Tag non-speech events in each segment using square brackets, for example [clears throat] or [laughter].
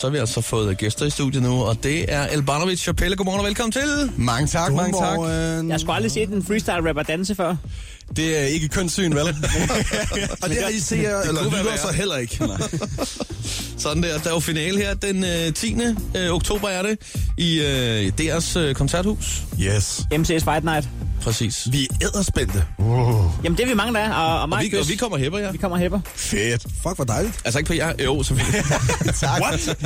så har vi altså fået gæster i studiet nu, og det er Elbanovic Chapelle. Godmorgen og velkommen til. Mange tak, mange tak. Godmorgen. Jeg skulle aldrig set en freestyle rapper danse før. Det er ikke kønssyn, [laughs] vel? og det har I ser, eller kunne være lytter værre. så heller ikke. [laughs] Sådan der, der er jo finale her den øh, 10. Øh, oktober er det, i øh, DR's øh, koncerthus. Yes. MC's Fight Night. Præcis. Vi er æderspændte. Jamen det er vi mange, der er. Og, og, Og Mark vi, og vi kommer hæpper, ja. vi kommer og hæpper. Fedt. Fuck, hvor dejligt. Altså ikke på jer, jo, [laughs] selvfølgelig. Tak. What?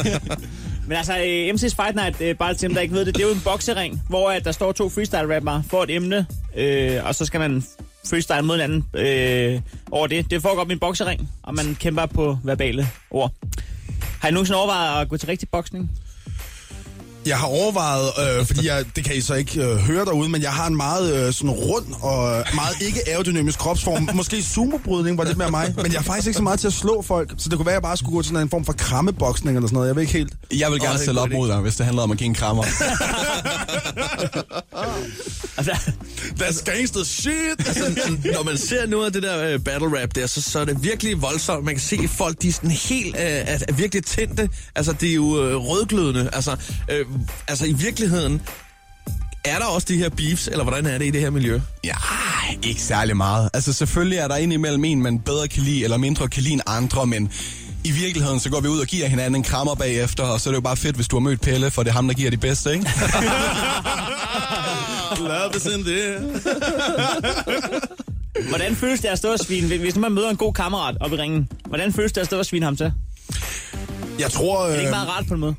Men altså, øh, MC's Fight Night, øh, bare til dem, der ikke ved det, det er jo en boksering, hvor at der står to freestyle rapper for et emne, øh, og så skal man freestyle mod hinanden øh, over det. Det foregår op i en boksering, og man kæmper på verbale ord. Har I nogensinde overvejet at gå til rigtig boksning? [laughs] Jeg har overvejet, øh, fordi jeg, det kan I så ikke øh, høre derude, men jeg har en meget øh, sådan rund og meget ikke aerodynamisk kropsform. Måske sumobrydning var lidt mere mig, men jeg er faktisk ikke så meget til at slå folk, så det kunne være, at jeg bare skulle gå til sådan en form for krammeboksning eller sådan noget. Jeg ved ikke helt. Jeg vil Åh, gerne [laughs] det er stille en op god idé. mod dig, hvis det handler om at give en krammer. Altså, [laughs] That's gangster [laughs] shit! Altså, sådan, når man ser noget af det der øh, battle rap der, så, så er det virkelig voldsomt. Man kan se at folk, de er sådan helt, øh, er, er virkelig tændte. Altså, det er jo øh, rødglødende. Altså, øh, altså, i virkeligheden, er der også de her beefs, eller hvordan er det i det her miljø? [laughs] Ja, ikke særlig meget. Altså selvfølgelig er der indimellem en, man bedre kan lide, eller mindre kan lide end andre, men i virkeligheden, så går vi ud og giver hinanden en krammer bagefter, og så er det jo bare fedt, hvis du har mødt Pelle, for det er ham, der giver de bedste, ikke? Ah. Love is in the hvordan føles det at stå og svine? Hvis nu man møder en god kammerat op i ringen, hvordan føles det at stå og svine ham til? Det Jeg tror... Øh, er ikke Øhm. meget rart på en måde.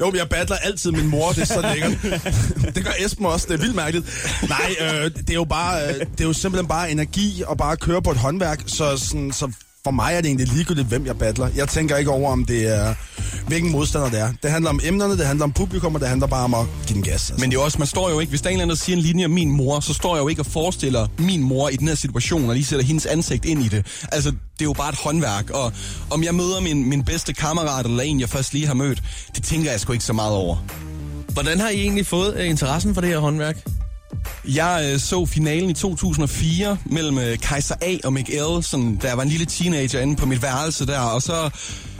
Jo, men jeg battler altid min mor, det er så lækkert. [laughs] det gør Esben også, det er vildt mærkeligt. Nej, øh, det er jo bare, øh, det er jo simpelthen bare energi og bare at køre på et håndværk, så, sådan, så for mig er det egentlig ligegyldigt, hvem jeg battler. Jeg tænker ikke over, om det er, hvilken modstander det er. Det handler om emnerne, det handler om publikum, og det handler bare om at give den gas. Altså. Men det er jo også, man står jo ikke, hvis der er en eller anden, der siger en linje om min mor, så står jeg jo ikke og forestiller min mor i den her situation, og lige sætter hendes ansigt ind i det. Altså, det er jo bare et håndværk, og om jeg møder min, min bedste kammerat, eller en, jeg først lige har mødt, det tænker jeg sgu ikke så meget over. Hvordan har I egentlig fået øh, interessen for det her håndværk? Jeg øh, så finalen i 2004 mellem øh, Kaiser A og McL, sådan, da jeg var en lille teenager inde på mit værelse der, og så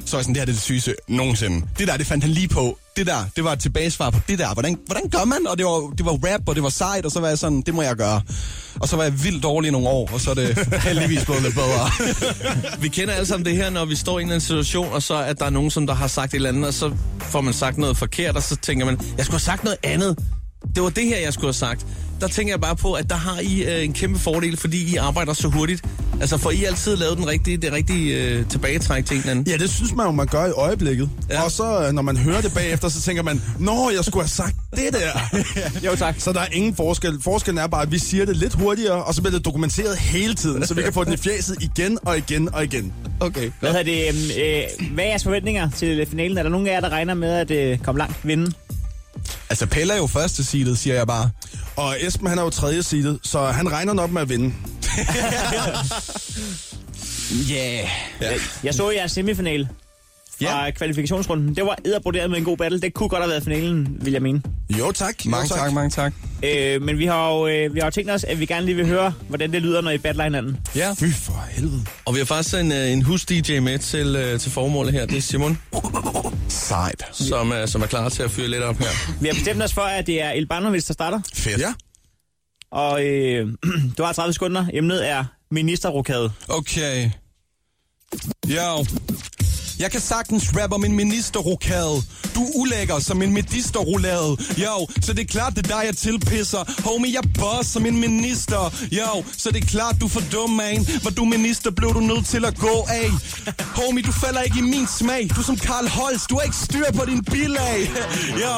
så var jeg sådan, det her det er det sygeste nogensinde. Det der, det fandt han lige på. Det der, det var et tilbagesvar på det der. Hvordan, hvordan gør man? Og det var, det var rap, og det var sejt, og så var jeg sådan, det må jeg gøre. Og så var jeg vildt dårlig i nogle år, og så er det [laughs] heldigvis blevet lidt bedre. Vi kender alle sammen det her, når vi står i en eller anden situation, og så er der nogen, som der har sagt et eller andet, og så får man sagt noget forkert, og så tænker man, jeg skulle have sagt noget andet. Det var det her, jeg skulle have sagt. Der tænker jeg bare på, at der har I øh, en kæmpe fordel, fordi I arbejder så hurtigt. Altså får I altid lavet den rigtige, det rigtige øh, tilbagetræk til en eller anden. Ja, det synes man jo, man gør i øjeblikket. Ja. Ja. Og så, øh, når man hører det bagefter, så tænker man, Nå, jeg skulle have sagt det der. Jo tak. Så der er ingen forskel. Forskellen er bare, at vi siger det lidt hurtigere, og så bliver det dokumenteret hele tiden, så vi kan få den i fjæset igen og igen og igen. Okay. Hvad, er det, øhm, øh, hvad er jeres forventninger til finalen? Er der nogen af jer, der regner med at øh, komme langt vinde? altså, Pelle er jo første seedet, siger jeg bare. Og Esben, han er jo tredje seedet, så han regner nok med at vinde. Yeah. Ja. Jeg så jeres semifinal fra ja. kvalifikationsrunden. Det var edderborderet med en god battle. Det kunne godt have været finalen, vil jeg mene. Jo tak. Mange jo, tak, mange tak. Øh, men vi har, jo, øh, vi har jo tænkt os, at vi gerne lige vil høre, hvordan det lyder, når I battler hinanden. Ja. Fy for helvede. Og vi har faktisk en, øh, en hus-DJ med til, øh, til formålet her. Det er Simon, Sejt. som, øh, som er klar til at fyre lidt op her. [laughs] Vi har bestemt os for, at det er Elbanovic, der starter. Fedt. Ja. Og øh, [clears throat] du har 30 sekunder. Emnet er ministerrokade. Okay. Jo. Jeg kan sagtens rappe om en ministerrokade. Du er ulækker som en medisterrolade. Jo, så det er klart, det er dig, jeg tilpisser. Homie, jeg boss som en minister. Jo, så det er klart, du er for dum, man. Var du minister, blev du nødt til at gå af. Homie, du falder ikke i min smag. Du er som Karl Holst, du har ikke styr på din bilag. Jo,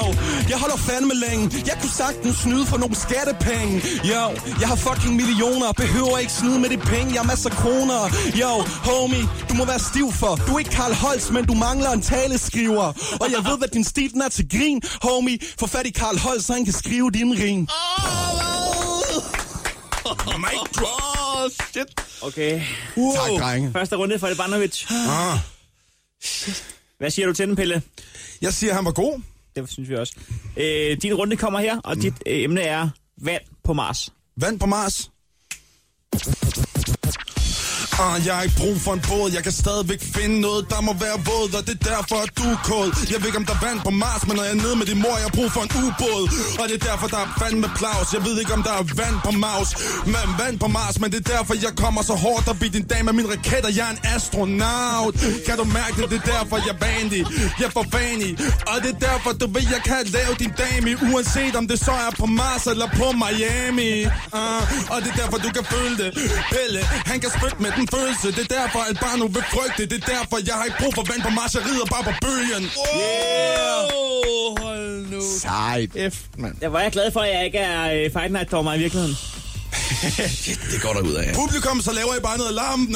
jeg holder fandme længe. Jeg kunne sagtens snyde for nogle skattepenge. Jo, jeg har fucking millioner. Behøver ikke snyde med de penge. Jeg har masser af kroner. Jo, homie, du må være stiv for. Du er ikke Karl Holz, men du mangler en taleskriver. Og jeg ved, hvad din stil den er til grin, homie. Få fat i Karl Holz, så han kan skrive din ring. Mike oh, shit. Okay. Wow. Tak, drenge. Første runde for Elbanovic. Ah. Hvad siger du til den, Pelle? Jeg siger, at han var god. Det synes vi også. Øh, din runde kommer her, og dit øh, emne er vand på Mars. Vand på Mars. Ah, jeg har ikke brug for en båd, jeg kan stadigvæk finde noget, der må være våd, og det er derfor, at du er kold. Jeg ved ikke, om der er vand på Mars, men når jeg er nede med din mor, jeg har brug for en ubåd. Og det er derfor, der er fandme plaus. Jeg ved ikke, om der er vand på Mars, men vand på Mars, men det er derfor, jeg kommer så hårdt op i din dag med min raket, og jeg er en astronaut. Kan du mærke det? Det er derfor, jeg er vanlig. Jeg er for vanlig. Og det er derfor, du ved, jeg kan lave din dame, uanset om det så er på Mars eller på Miami. Uh, og det er derfor, du kan føle det. Pelle, han kan spytte med den følelse. Det er derfor, at barnet vil frygte. Det er derfor, jeg har ikke brug for vand på Mars. Jeg rider bare på bølgen. Åh, hold nu. Sejt. F, mand. Jeg var jeg glad for, at jeg ikke er øh, Fight Night dommer i virkeligheden. Shit, det går der ud af. Publikum, så laver I bare noget [laughs] larm.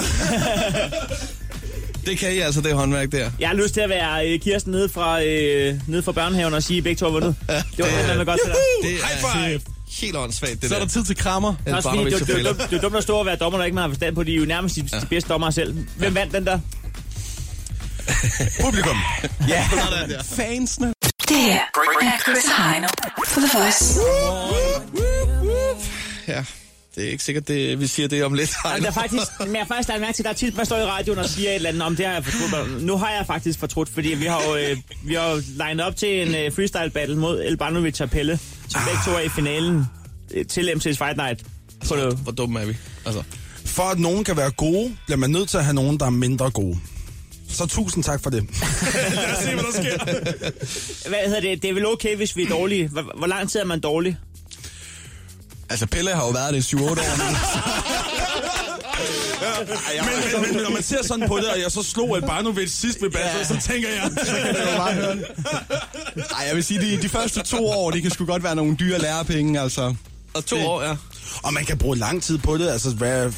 Det kan I altså, det håndværk der. Jeg har lyst til at være øh, Kirsten nede fra, øh, nede fra børnehaven og sige, at begge to har vundet. Det var helt andet godt til dig. Det er High five. helt åndssvagt, det Så er der tid til krammer. der Også fordi, det, det, det, det, det er dumt at stå og være dommer, der ikke man har forstand på. De er jo nærmest de, de bedste dommer selv. Hvem vandt den der? Publikum. Fansene. Det her er Chris og Heino for The Voice. Ja, det er ikke sikkert, det, vi siger det om lidt. [laughs] Altså, der er faktisk, men jeg har faktisk lagt mærke til, at der er tit, man står i radioen og siger et eller andet om, det har jeg fortrudt. Nu har jeg faktisk fortrudt, fordi vi har jo, øh, vi har jo lined op til en øh, freestyle battle mod Elbanovic og Pelle, som begge to er i finalen øh, til MC's Fight Night. På det. Hvor dumme er vi? Altså, For at nogen kan være gode, bliver man nødt til at have nogen, der er mindre gode. Så tusind tak for det. [laughs] Lad os se, hvad der sker. Hvad hedder det? Det er vel okay, hvis vi er dårlige. Hvor, hvor lang tid er man dårlig? Altså, Pelle har jo været det i [laughs] 7-8 år nu. Men, men, men, når man ser sådan på det, og jeg så slog Albanovic sidst ved battle, ja. så tænker jeg... Jeg kan bare høre det. Ej, jeg vil sige, de, de første to år, det kan sgu godt være nogle dyre lærepenge, altså. og to år, ja. og man kan bruge lang tid på det. Altså, rap,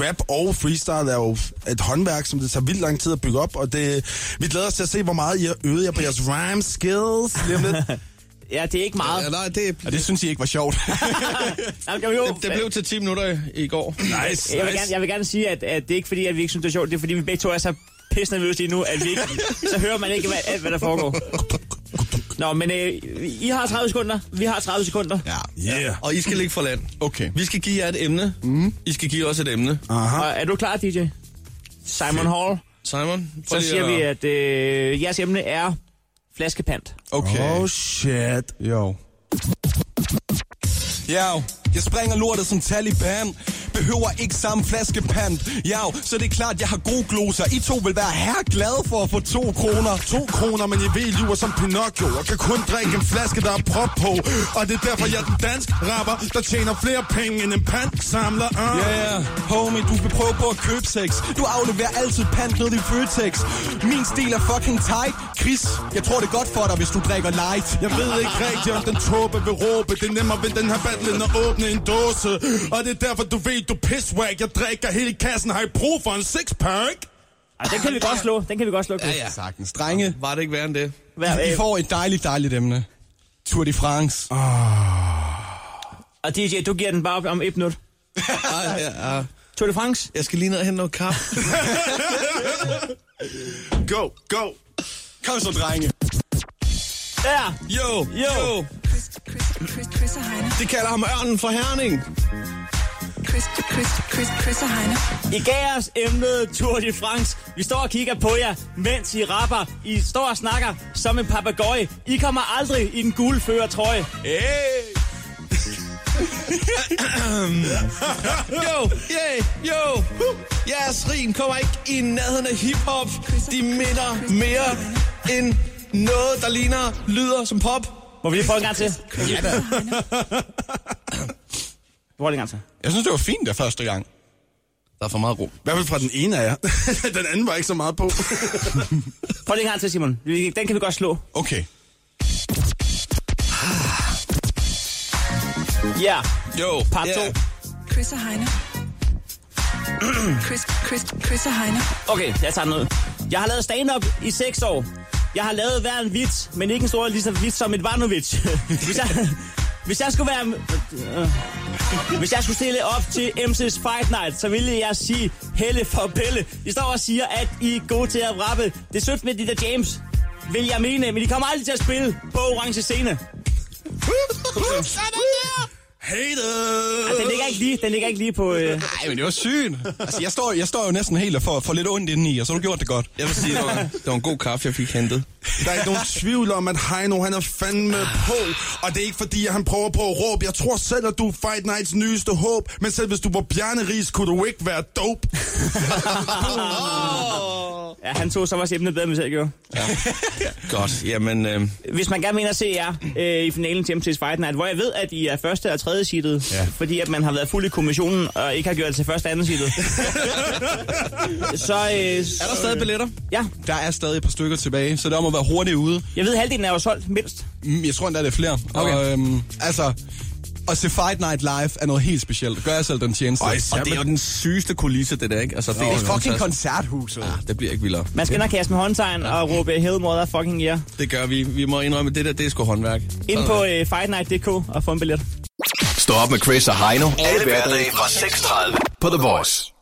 rap og freestyle er jo et håndværk, som det tager vildt lang tid at bygge op, og det, vi glæder os til at se, hvor meget I har øvet jer på jeres rhyme skills. Lige om lidt. Ja, det er ikke meget. ja nej, det, Og det synes I ikke var [laughs] sjovt. Jamen, kan vi jo- det, det blev til 10 minutter i, i går. Nice, Jeg vil gerne, nice. jeg vil gerne sige, at, at det er ikke fordi, at vi ikke synes, det er sjovt. Det er fordi, vi begge to er så pisse nervøse lige nu, at vi ikke, så hører man ikke hvad, alt, hvad der foregår. Nå, men øh, I har 30 sekunder. Vi har 30 sekunder. ja. Yeah. Og I skal ligge for land. Okay. Vi skal give jer et emne. Mm. I skal give os et emne. Aha. Og er du klar, DJ? Simon Hall. Simon, prøv Så lige siger at- vi, at øh, jeres emne er flaskepant. Okay. Oh shit. Jo. Ja, jeg springer lortet som Taliban. Behøver ikke samme flaske pant. Ja, så det er klart, jeg har gode gloser. I to vil være her glade for at få to kroner. To kroner, men I ved, I lyver som Pinocchio Og kan kun drikke en flaske, der er prop på Og det er derfor, jeg er den dansk rapper Der tjener flere penge end en pantsamler uh. Ja, yeah, homie, du vil prøve på at købe sex. Du afleverer altid pant ned i Føtex. Min stil er fucking tight. Chris, jeg tror det er godt for dig, hvis du drikker light. Jeg ved ikke rigtigt, om den tåbe vil råbe Det er nemmere ved den her battle, end at åbne en dåse Og det er derfor, du ved, du pisswag Jeg drikker hele kassen, har I brug for en sixpack? Og den kan vi godt slå. Den kan vi godt slå. Ja, ja. Sagtens, drenge. Var det ikke værre end det? Hvad, I øh, får et dejligt, dejligt emne. Tour de France. og DJ, du giver den bare op om et minut. Ej, ja, ja. Tour de France. Jeg skal lige ned og hente noget kaffe. Go, go Kom så, drenge. Der! Jo, jo. Chris, Chris, Chris, Chris og Heino. De kalder ham ørnen for Herning. Chris, Chris, Chris, Chris og Heino. I gav os emnet Tour de France. Vi står og kigger på jer, mens I rapper. I står og snakker som en papegøje. I kommer aldrig i den gule førertrøje. Hey. jo, yeah, jo. Jeres rim kommer ikke i nærheden af hiphop. De minder mere end noget, der ligner lyder som pop. Må vi lige få en gang til? Ja da. Hvor er det en gang til? Jeg synes, det var fint der første gang. Der er for meget ro. I hvert fald fra den ene af jer [laughs] Den anden var ikke så meget på Prøv lige en gang til, Simon. Vi- Den kan vi godt slå. Okay. Ja. Jo, Part ja. to. Chris og Heino. Chris, Chris, Chris og Heino. Okay, jeg tager den ud. Jeg har lavet stand-up i 6 år. Jeg har lavet hver en vits, men ikke en stor lige så vits som et Vanovic. [laughs] hvis, jeg, hvis jeg skulle være... Hvis jeg skulle stille op til MC's Fight Night, så ville jeg sige Helle for Pelle. I står og siger, at I er gode til at rappe. Det er sødt med de der James, vil jeg mene, men de kommer aldrig til at spille på orange scene. Hated! Ah, den ligger ikke lige, den ligger ikke lige på... Øh, Nej, men det var sygt. Altså, jeg står, jeg står jo næsten helt og får, får lidt ondt indeni, og så har du gjort det godt. Jeg vil sige, det var, det var en god kaffe, jeg fik hentet. Der er ikke nogen tvivl om, at Heino han er fandme på. Og det er ikke fordi, at han prøver på at råbe. Jeg tror selv, at du er Fight Nights nyeste håb. Men selv hvis du var Bjarne Ries, kunne du ikke være dope. ja, han tog så også emnet bedre, end vi selv gjorde. Godt, jamen... Øh, Hvis man gerne vil ind og se jer øh, i finalen til MC's Fight Night, hvor jeg ved, at I er første og tredje seedet, ja. fordi at man har været fuld i kommissionen og ikke har gjort det til første og anden seedet. så, øh, er der stadig billetter? Ja, Der er stadig et par stykker tilbage, så der må være hurtigt ude. jeg ved, halvdelen er jo solgt mindst. Mm, Jeg tror endda, det er flere. Okay. Og, øhm, altså, at se Fight Night live er noget helt specielt. Gør jeg selv den tjeneste. Og, og det er jo den sygeste kulisse, det der, ikke? Altså, det, er jo fucking fantastisk. koncerthuset. Ja. Ah, det bliver ikke vildere. Man skal ind og kaste med håndtegn og råbe, hell motherfucking yeah, Det gør vi. Vi må indrømme, at det der, det er sgu håndværk. ind på øh, fightnight.dk og få en billet. Stå op med Chris og Heino. Alle hverdage fra 6.30 på The Voice.